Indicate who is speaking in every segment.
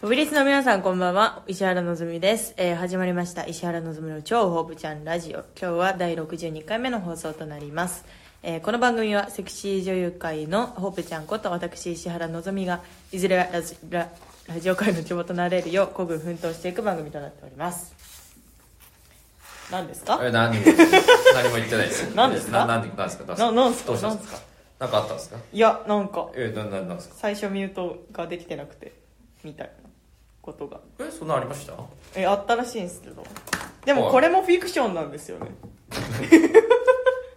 Speaker 1: ブリスの皆さんこんばんは石原のぞみです、えー始まりました石原のぞみの超ホープちゃんラジオ今日は第62回目の放送となります、えーこの番組はセクシー女優界のホープちゃんこと私石原のぞみがいずれはラジララジオ界の長となれるよう孤軍奮闘していく番組となっております何ですか
Speaker 2: え何も何も言ってないです
Speaker 1: 何ですか
Speaker 2: な何何ですか
Speaker 1: ななんすか
Speaker 2: どうしたん
Speaker 1: なん
Speaker 2: です
Speaker 1: す
Speaker 2: か
Speaker 1: か
Speaker 2: なんかあったんですか
Speaker 1: いやなんか
Speaker 2: えなななんですか
Speaker 1: 最初ミュートができてなくてみたいなことが
Speaker 2: えそんなんありました
Speaker 1: えあったらしいんですけどでも
Speaker 2: はい
Speaker 1: これもフィクションなんですよね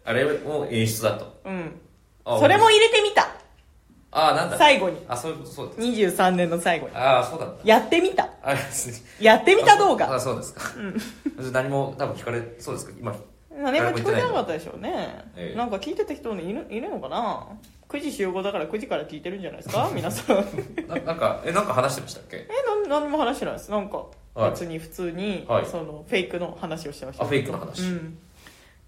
Speaker 2: あれも演出だと
Speaker 1: うん
Speaker 2: あ
Speaker 1: それも入れてみた
Speaker 2: あなんだ
Speaker 1: 最後に
Speaker 2: あそういうことそうです
Speaker 1: 23年の最後に
Speaker 2: ああそうだった
Speaker 1: やってみた
Speaker 2: あれです
Speaker 1: やってみた動画
Speaker 2: あそうですかうん何も多分聞かれそうですか今
Speaker 1: 何も聞こえてなかったでしょうね、
Speaker 2: ええ
Speaker 1: なんか聞いてた人もいるいるのかな9時集合だから9時から聞いてるんじゃないです か皆さんえ
Speaker 2: ななんかえなんか話してましたっけ
Speaker 1: なん何も話してないですなんか
Speaker 2: はい
Speaker 1: 別に普通に、
Speaker 2: はい
Speaker 1: そのフェイクの話をしてました
Speaker 2: あフェイクの話
Speaker 1: うん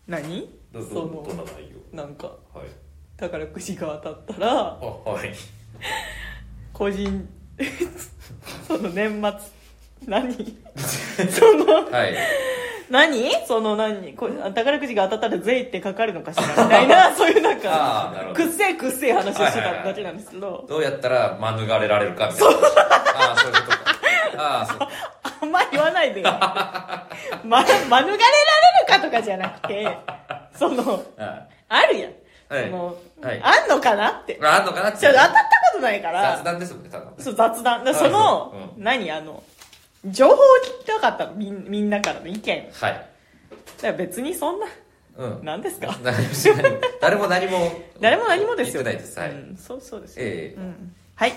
Speaker 1: 何
Speaker 2: ど
Speaker 1: そ
Speaker 2: どどん
Speaker 1: の
Speaker 2: な内容
Speaker 1: なんか
Speaker 2: はい
Speaker 1: 宝くじが当たったら
Speaker 2: あはい
Speaker 1: 個人 その年末何その
Speaker 2: はい
Speaker 1: 何その何こ宝くじが当たったら税ってかかるのかしらみたいなそういうなん
Speaker 2: あー
Speaker 1: か
Speaker 2: なるほど
Speaker 1: くっせえくっせえ話をしてただけなんですけど
Speaker 2: どうやったら免れられるかみたいなああそういうことかああそう
Speaker 1: あんま言わ ないでよま免れられるかとかじゃなくてその
Speaker 2: は
Speaker 1: あるやん、
Speaker 2: はい
Speaker 1: その、
Speaker 2: はい
Speaker 1: あんのかなって
Speaker 2: いああんのかなって
Speaker 1: ちょ当たったことないから
Speaker 2: 雑談ですもんねただの
Speaker 1: そう雑談だからそ
Speaker 2: あそう
Speaker 1: の、
Speaker 2: う
Speaker 1: 何あの情報を聞きたかったのみんみんなからの意見を
Speaker 2: はい
Speaker 1: だから別にそんな
Speaker 2: うん
Speaker 1: 何ですか
Speaker 2: 何もしない 誰も何も
Speaker 1: 誰も何もですよ
Speaker 2: 言ってないですはい、
Speaker 1: うん、そうそうですよ、
Speaker 2: ええ
Speaker 1: うん、はいっ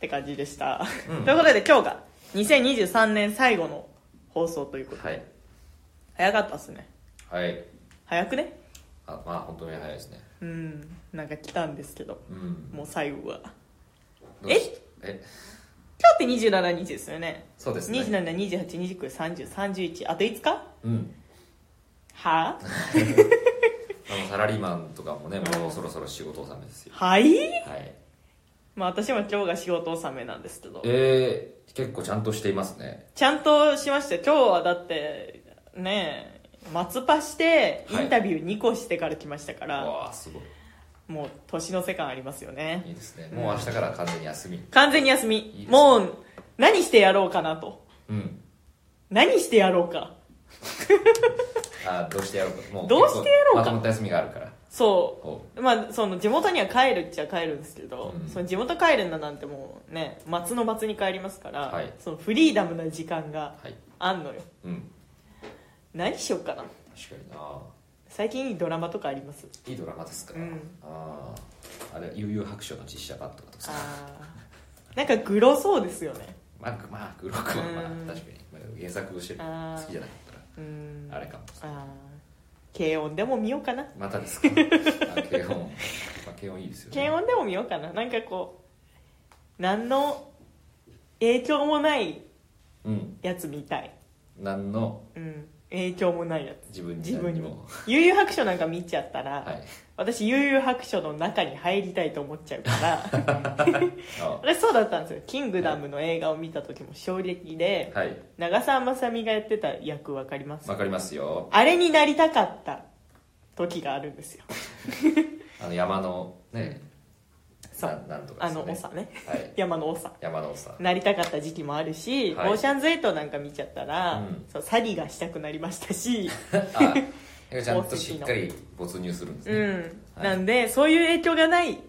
Speaker 1: て感じでした、
Speaker 2: うん
Speaker 1: ということで今日が2023年最後の放送ということで、
Speaker 2: はい
Speaker 1: 早かったっすね
Speaker 2: はい
Speaker 1: 早くね
Speaker 2: あまあ本当に早いですね
Speaker 1: うんなんか来たんですけど
Speaker 2: うん
Speaker 1: もう最後は
Speaker 2: どうしえ
Speaker 1: 今日って27日ですよね
Speaker 2: そうですね
Speaker 1: 2728293031あと5日は
Speaker 2: うん
Speaker 1: あ
Speaker 2: あのサラリーマンとかもねもうそろそろ仕事納めですよ
Speaker 1: はい
Speaker 2: はい
Speaker 1: まあ私も今日が仕事納めなんですけど
Speaker 2: えー、結構ちゃんとしていますね
Speaker 1: ちゃんとしましたよ今日はだってね松葉してイ
Speaker 2: はい
Speaker 1: ンタビュー2個してから来ましたから、
Speaker 2: うわあすごい
Speaker 1: もう年の瀬感ありますよ
Speaker 2: い
Speaker 1: ね
Speaker 2: いですねもう明日から完全に休み
Speaker 1: 完全に休み
Speaker 2: ですね
Speaker 1: もう何してやろうかなと
Speaker 2: うん
Speaker 1: 何してやろうか
Speaker 2: あーどうしてやろうかもう
Speaker 1: どうしてやろうか
Speaker 2: まとまった休みがあるから
Speaker 1: そ
Speaker 2: お
Speaker 1: うまあその地元には帰るっちゃ帰るんですけど、
Speaker 2: うん
Speaker 1: その地元帰るんだなんてもうね松の松に帰りますから、
Speaker 2: はい
Speaker 1: そのフリーダムな時間が
Speaker 2: はい
Speaker 1: あんのよ
Speaker 2: うん
Speaker 1: 何しようかな
Speaker 2: 確かにな
Speaker 1: 最近いいドラマとかあります
Speaker 2: いいドラマですか、
Speaker 1: うん
Speaker 2: あああれ悠々白書の実写版とかですか
Speaker 1: あーなんかグロそうですよね
Speaker 2: まあまあグロくはまあ
Speaker 1: うん
Speaker 2: 確かに、まあ、原作をしてる
Speaker 1: あー
Speaker 2: 好きじゃなかったら
Speaker 1: うん
Speaker 2: あれかも
Speaker 1: あー軽音でも見ようかな
Speaker 2: また ですかあ軽音、まあ、軽音いいですよね
Speaker 1: 軽音でも見ようかななんかこう何の影響もない
Speaker 2: うん
Speaker 1: やつ見たい
Speaker 2: 何の
Speaker 1: うん影響もないやつ
Speaker 2: 自分に
Speaker 1: 自分に
Speaker 2: 何
Speaker 1: も悠々白書なんか見ちゃったら、
Speaker 2: はい
Speaker 1: 私悠々白書の中に入りたいと思っちゃうから
Speaker 2: あ
Speaker 1: 私そうだったんですよ「キングダム」の映画を見た時も衝撃で、
Speaker 2: はい
Speaker 1: 長澤まさみがやってた役わかります
Speaker 2: わかりますよ
Speaker 1: あれになりたかった時があるんですよ
Speaker 2: あの山のね、
Speaker 1: そ
Speaker 2: な
Speaker 1: うん
Speaker 2: なんとか
Speaker 1: あ
Speaker 2: ですよ
Speaker 1: の
Speaker 2: ね
Speaker 1: 長ね
Speaker 2: はい
Speaker 1: 山の長
Speaker 2: 山 のさ
Speaker 1: なりたかった時期もあるし、
Speaker 2: はい
Speaker 1: オーシャンズエイトなんか見ちゃったら、
Speaker 2: うん
Speaker 1: そう詐欺がしたくなりました し、
Speaker 2: あちゃんとしっかり没入するんです
Speaker 1: う
Speaker 2: ね、
Speaker 1: ん、
Speaker 2: はい
Speaker 1: なんでそういう影響がない、うん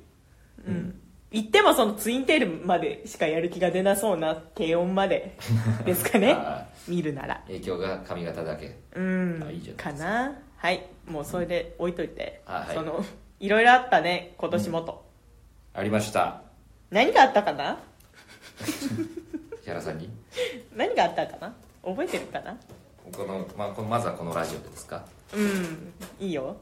Speaker 2: うん
Speaker 1: 言ってもそのツインテールまでしかやる気が出なそうな低音ま でですかね
Speaker 2: あ
Speaker 1: 見るなら
Speaker 2: ー影響が髪型だけ
Speaker 1: うん
Speaker 2: あいいじゃないですか
Speaker 1: かなはいもうそれで置いといて、
Speaker 2: あはい
Speaker 1: そのいろいろあったね今年もと、
Speaker 2: ありました
Speaker 1: 何があったかな
Speaker 2: 木原さんに
Speaker 1: 何があったかな覚えてるかな
Speaker 2: この,、まあ、このまずはこのラジオでですか
Speaker 1: うんいいよ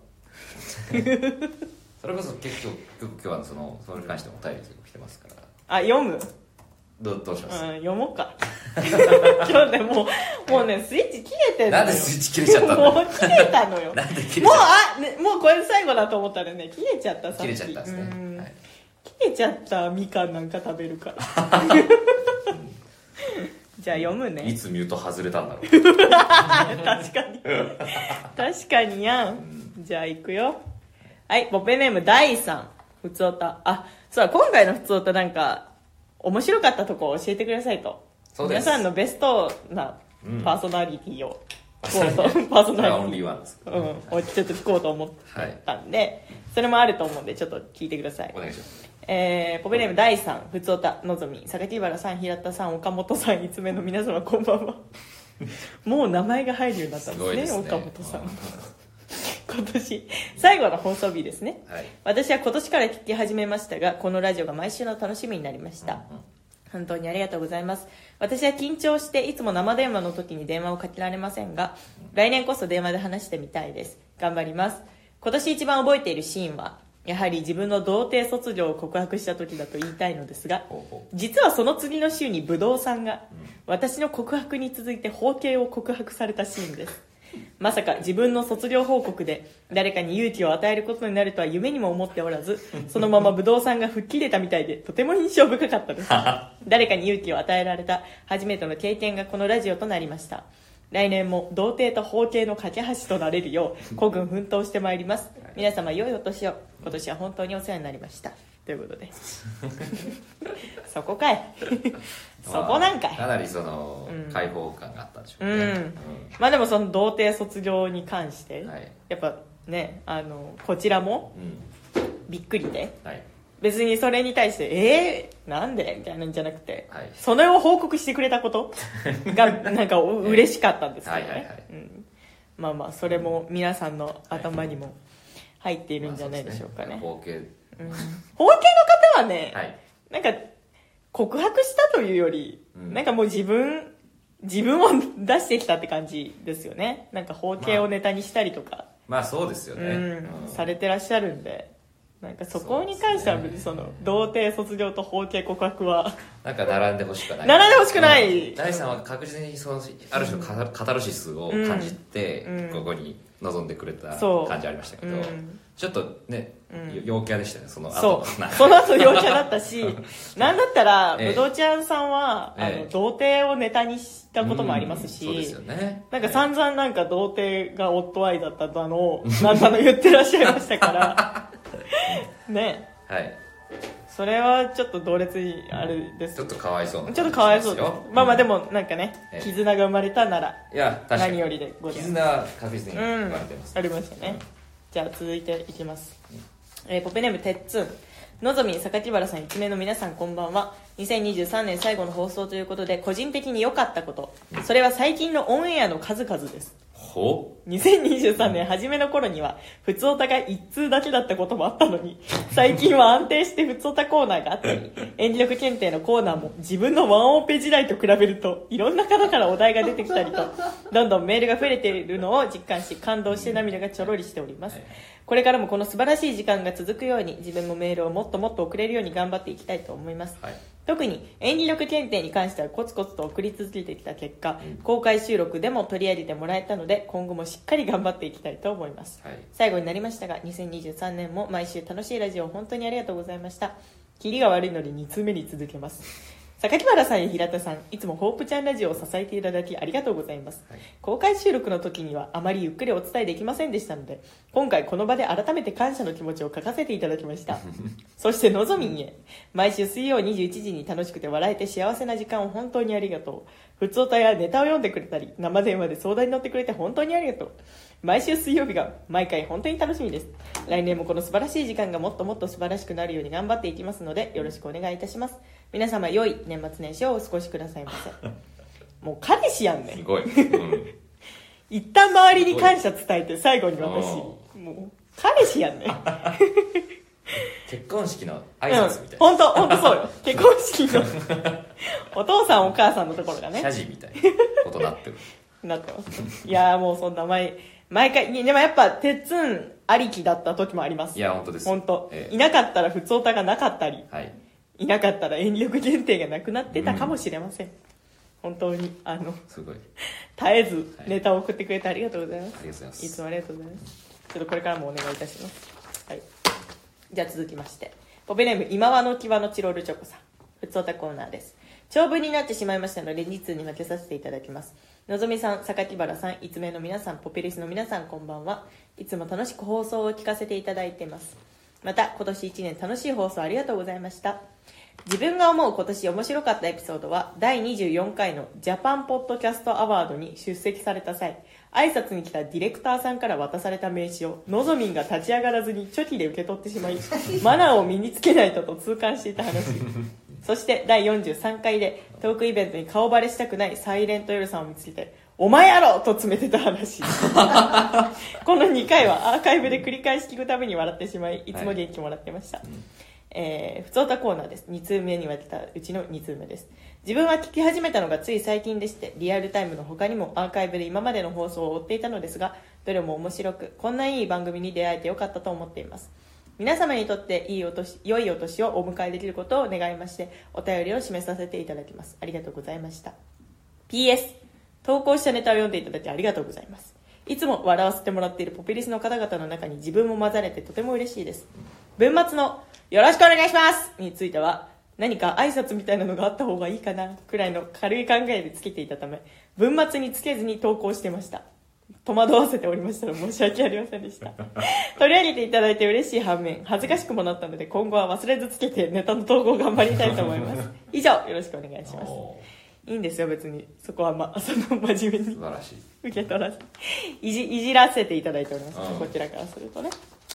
Speaker 2: それこそ結局今日はそのそれに関してもお便り結構来てますから
Speaker 1: あ読む
Speaker 2: どうどうし
Speaker 1: うん
Speaker 2: ます、、
Speaker 1: 読もうか 今日ねもうもうねスイッチ切れてんの
Speaker 2: なん
Speaker 1: よ
Speaker 2: でスイッチ切れちゃったん
Speaker 1: も
Speaker 2: だ
Speaker 1: う切れた のよ
Speaker 2: なんで切れ
Speaker 1: もう
Speaker 2: ちゃっ
Speaker 1: あ、ね、もうこれ最後だと思ったらね切れちゃった
Speaker 2: た
Speaker 1: さっき
Speaker 2: 切れちゃったんです
Speaker 1: うん
Speaker 2: ね、はい、
Speaker 1: 切れちゃったみかんなんか食べるからじゃあ読むね
Speaker 2: いつミュート外れたんだろう
Speaker 1: 確かに確かにやん
Speaker 2: うん
Speaker 1: じゃあ行くよはいポペネーム第3ふつおたあそうだ今回のふつおたなんか面白かったとこを教えてくださいと
Speaker 2: そうです
Speaker 1: 皆さんのベストな
Speaker 2: うん
Speaker 1: パーソナリティを
Speaker 2: パー
Speaker 1: 聞
Speaker 2: ソナリ
Speaker 1: こ
Speaker 2: テ
Speaker 1: うと、パーソ
Speaker 2: そ
Speaker 1: ナ
Speaker 2: れは
Speaker 1: リ
Speaker 2: オ
Speaker 1: テ
Speaker 2: ン
Speaker 1: ィ
Speaker 2: リーワンです
Speaker 1: うん、をちょっと聞こうと思っ
Speaker 2: はい
Speaker 1: たんで、それもあると思うんでちょっと聞いてください
Speaker 2: お願いします
Speaker 1: えー、ポペネーム第3ふつおたのぞみ榊原さん平田さん岡本さん5つ目の皆様こんばん はもう名前が入るようになったん
Speaker 2: す
Speaker 1: で
Speaker 2: ご
Speaker 1: す
Speaker 2: い
Speaker 1: ね
Speaker 2: ですね
Speaker 1: 岡本さ
Speaker 2: うん
Speaker 1: 今年最後の放送日ですね
Speaker 2: んはい
Speaker 1: 私は今年から聞き始めましたがこのラジオが毎週の楽しみになりました、
Speaker 2: うん
Speaker 1: 本当にありがとうございます私は緊張していつも生電話の時に電話をかけられませんが来年こそ電話で話してみたいです頑張ります今年一番覚えているシーンはやはり自分の童貞卒業を告白した時だと言いたいのですが
Speaker 2: ほうほ
Speaker 1: 実はその次の週にブドウさんが私の告白に続いて包茎を告白されたシーンです まさか自分の卒業報告で誰かに勇気を与えることになるとは夢にも思っておら ずそのままブドウさんが吹っ切れたみたいでとても印象深かったです 誰かに勇気を与えられた初めての経験がこのラジオとなりました来年も童貞と包茎の架け橋となれるよ う孤軍奮闘してまいります皆様良いお年を今年は本当にお世話になりましたということでそこ かいそこなんか
Speaker 2: まあ
Speaker 1: い
Speaker 2: かなりその
Speaker 1: うん
Speaker 2: 開放感があったんでしょう
Speaker 1: う
Speaker 2: ね
Speaker 1: んまあでもその童貞卒業に関して、
Speaker 2: うんはい
Speaker 1: やっぱねあのこちらも
Speaker 2: うん
Speaker 1: びっくりで
Speaker 2: はい
Speaker 1: 別にそれに対して「えー、なんで?」みたいなんじゃなくて、
Speaker 2: はい
Speaker 1: それを報告してくれたこと がなんかう嬉しかったんですけどね、
Speaker 2: はいはいはい
Speaker 1: うん、まあまあそれも皆さんの頭にも入っているんじゃないでしょうかね,、
Speaker 2: まあそうですね
Speaker 1: う
Speaker 2: 包
Speaker 1: ん
Speaker 2: 茎
Speaker 1: 包茎の方はね、
Speaker 2: はい
Speaker 1: なんか告白したというより、
Speaker 2: うん
Speaker 1: なんかもう自分自分を出してきたって感じですよねなんか包茎をネタにしたりとか、
Speaker 2: まあそうですよね
Speaker 1: うん
Speaker 2: うん
Speaker 1: されてらっしゃるんでなんかそこに関しては別にそ
Speaker 2: そうですね
Speaker 1: の童貞卒業と包茎告白は
Speaker 2: なんか並んでほしくはない
Speaker 1: 並んでほしくない
Speaker 2: うん第3は確実にそのある種のカタカタルシスを感じて、
Speaker 1: うん
Speaker 2: ここに臨んでくれた
Speaker 1: そう
Speaker 2: 感じありましたけど、
Speaker 1: うん
Speaker 2: ちょっとね、
Speaker 1: うん
Speaker 2: よ陽キャでしたねその後
Speaker 1: そう
Speaker 2: なんか
Speaker 1: その後陽キャだった しなんだったら
Speaker 2: ええ
Speaker 1: ぶどうちゃんさんは、
Speaker 2: え
Speaker 1: あの
Speaker 2: え
Speaker 1: 童貞をネタにしたこともありますし、
Speaker 2: うんそうですよね
Speaker 1: なんか散々なんか童貞が夫愛だっただの、なんだの言ってらっしゃいました から。ね
Speaker 2: はい
Speaker 1: それはちょっと同列にあれです。
Speaker 2: ち
Speaker 1: ち
Speaker 2: ょっとかわいそうな
Speaker 1: ょっとかわいそう
Speaker 2: で
Speaker 1: ですす
Speaker 2: よ。
Speaker 1: まあまあで
Speaker 2: も
Speaker 1: もなんかね
Speaker 2: え、え
Speaker 1: 絆が生まれたなら、
Speaker 2: いや確かに
Speaker 1: 何よりでございます。
Speaker 2: 絆は確実に
Speaker 1: う
Speaker 2: 生
Speaker 1: ん
Speaker 2: まれてます、、
Speaker 1: ありましたね。じゃあ続いていきます。えーポペネームてっつん。のぞみん、榊原さん、一名の皆さん、こんばんは。2023年最後の放送ということで、個人的に良かったこと。それは最近のオンエアの数々です。
Speaker 2: ほ
Speaker 1: 2023年初めの頃には、普通おたが一通だけだったこともあったのに、最近は安定して普通おたコーナーがあったり、演技力検定のコーナーも自分のワンオペ時代と比べると、いろんな方からお題が出てきたりと、どんどんメールが増えているのを実感し、感動して涙がちょろりしております。これからもこの素晴らしい時間が続くように、自分もメールをもっともっと送れるように頑張っていきたいと思います。
Speaker 2: はい
Speaker 1: 特に演技力検定に関してはコツコツと送り続けてきた結果、
Speaker 2: うん
Speaker 1: 公開収録でも取り上げてもらえたので今後もしっかり頑張っていきたいと思います
Speaker 2: はい
Speaker 1: 最後になりましたが2023年も毎週楽しいラジオを本当にありがとうございましたキリが悪いので2通目に続けます榊原さんや平田さんいつもホープちゃんラジオを支えていただきありがとうございます
Speaker 2: はい
Speaker 1: 公開収録の時にはあまりゆっくりお伝えできませんでしたので今回この場で改めて感謝の気持ちを書かせていただきましたそしてのぞみんへ毎週水曜21時に楽しくて笑えて幸せな時間を本当にありがとう普通歌やネタを読んでくれたり生電話で相談に乗ってくれて本当にありがとう毎週水曜日が毎回本当に楽しみです来年もこの素晴らしい時間がもっともっと素晴らしくなるように頑張っていきますのでよろしくお願いいたします皆様良い年末年始をお過ごしくださいませもう彼氏やんね
Speaker 2: すごい、うん
Speaker 1: 一旦周りに感謝伝えて最後に私も
Speaker 2: う
Speaker 1: う彼氏やんね
Speaker 2: 結婚式の
Speaker 1: うん
Speaker 2: 挨拶みたいな、
Speaker 1: 本当本当そうよ結婚式のお父さんお母さんのところが
Speaker 2: 謝
Speaker 1: ね
Speaker 2: 辞みたいなことになってる
Speaker 1: なってますいやーもうそんな毎毎回にでもやっぱ鉄んありきだった時もあります
Speaker 2: いや本当です
Speaker 1: 本当、
Speaker 2: ええ
Speaker 1: いなかったら普通歌がなかったり
Speaker 2: はい
Speaker 1: いなかったら遠慮限定がなくなってたかもしれません、本当にあの
Speaker 2: すごい
Speaker 1: 絶えず
Speaker 2: はい
Speaker 1: ネタを送ってくれてありがとうございます、
Speaker 2: ありがとうございます
Speaker 1: いつもありがとうございます。ちょっとこれからもお願いいたします。はい。じゃあ続きまして。ポペネーム、今和の際のチロルチョコさん。ふつおたコーナーです。長文になってしまいましたので2通に分けさせていただきますのぞみさん榊原さんいつめの皆さんポピリスの皆さんこんばんはいつも楽しく放送を聞かせていただいていますまた今年1年楽しい放送ありがとうございました自分が思う今年面白かったエピソードは第24回のジャパンポッドキャストアワードに出席された際挨拶に来たディレクターさんから渡された名刺をのぞみんが立ち上がらずにチョキで受け取ってしまいマナーを身につけないとと痛感していた話そして第43回でトークイベントに顔バレしたくないサイレント夜さんを見つけてお前やろと詰めてた話この2回はアーカイブで繰り返し聞くたびに笑ってしまいいつも元気もらってました、えー、普通歌コーナーです。2通目に分けたうちの2通目です。自分は聞き始めたのがつい最近でして、リアルタイムの他にもアーカイブで今までの放送を追っていたのですが、どれも面白く、こんないい番組に出会えてよかったと思っています。皆様にとっていいお年、良いお年をお迎えできることを願いまして、お便りを締めさせていただきます。ありがとうございました。PS 投稿したネタを読んでいただきありがとうございますいつも笑わせてもらっているポピリスの方々の中に自分も混ざれてとても嬉しいです文末の「よろしくお願いします」については何か挨拶みたいなのがあった方がいいかなくらいの軽い考えでつけていたため文末につけずに投稿してました戸惑わせておりましたら申し訳ありませんでした取り上げていただいて嬉しい反面恥ずかしくもなったので今後は忘れずつけてネタの投稿を頑張りたいと思います以上よろしくお願いします
Speaker 2: お
Speaker 1: いいんですよ別にそこはまあそ の真面目
Speaker 2: ー素
Speaker 1: に
Speaker 2: 晴らしい
Speaker 1: 受け取らせいじいじらせていただいております、
Speaker 2: うん
Speaker 1: こちらからするとね